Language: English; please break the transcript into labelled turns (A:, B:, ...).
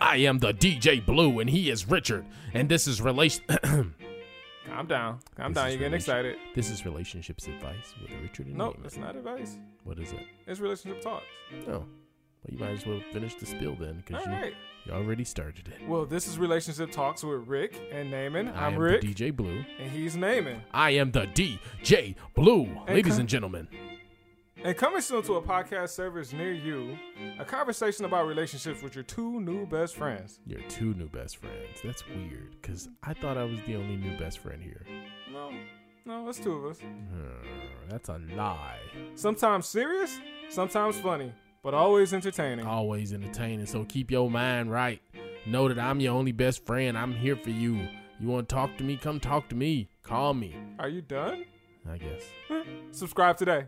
A: I am the DJ Blue, and he is Richard, and this is relation.
B: Calm down. Calm
A: This
B: down.
A: is
B: You're getting
A: relation-
B: excited.
A: this is relationships advice with Richard and
B: No,
A: Neiman.
B: it's not advice.
A: What is it?
B: It's relationship talks.
A: No. Well, you might as well finish the spill then,
B: All
A: because you,
B: right.
A: you already started it.
B: Well, this is relationship talks with Rick and Naaman.
A: I
B: I'm
A: am
B: Rick,
A: the DJ Blue.
B: and he's Naaman.
A: I am the DJ Blue,
B: Hey,
A: ladies
B: come-
A: and gentlemen.
B: And coming soon to a podcast service near you, a conversation about relationships with your two new best friends.
A: You're two new best friends. That's weird, because I thought I was the only new best friend here.
B: No, no, it's two of us.
A: Hmm, that's a lie.
B: Sometimes serious, sometimes funny, but always entertaining.
A: Always entertaining, so keep your mind right. Know that I'm your only best friend. I'm here for you. You want to talk to me? Come talk to me. Call me,
B: Are you done?
A: I guess.
B: Subscribe today.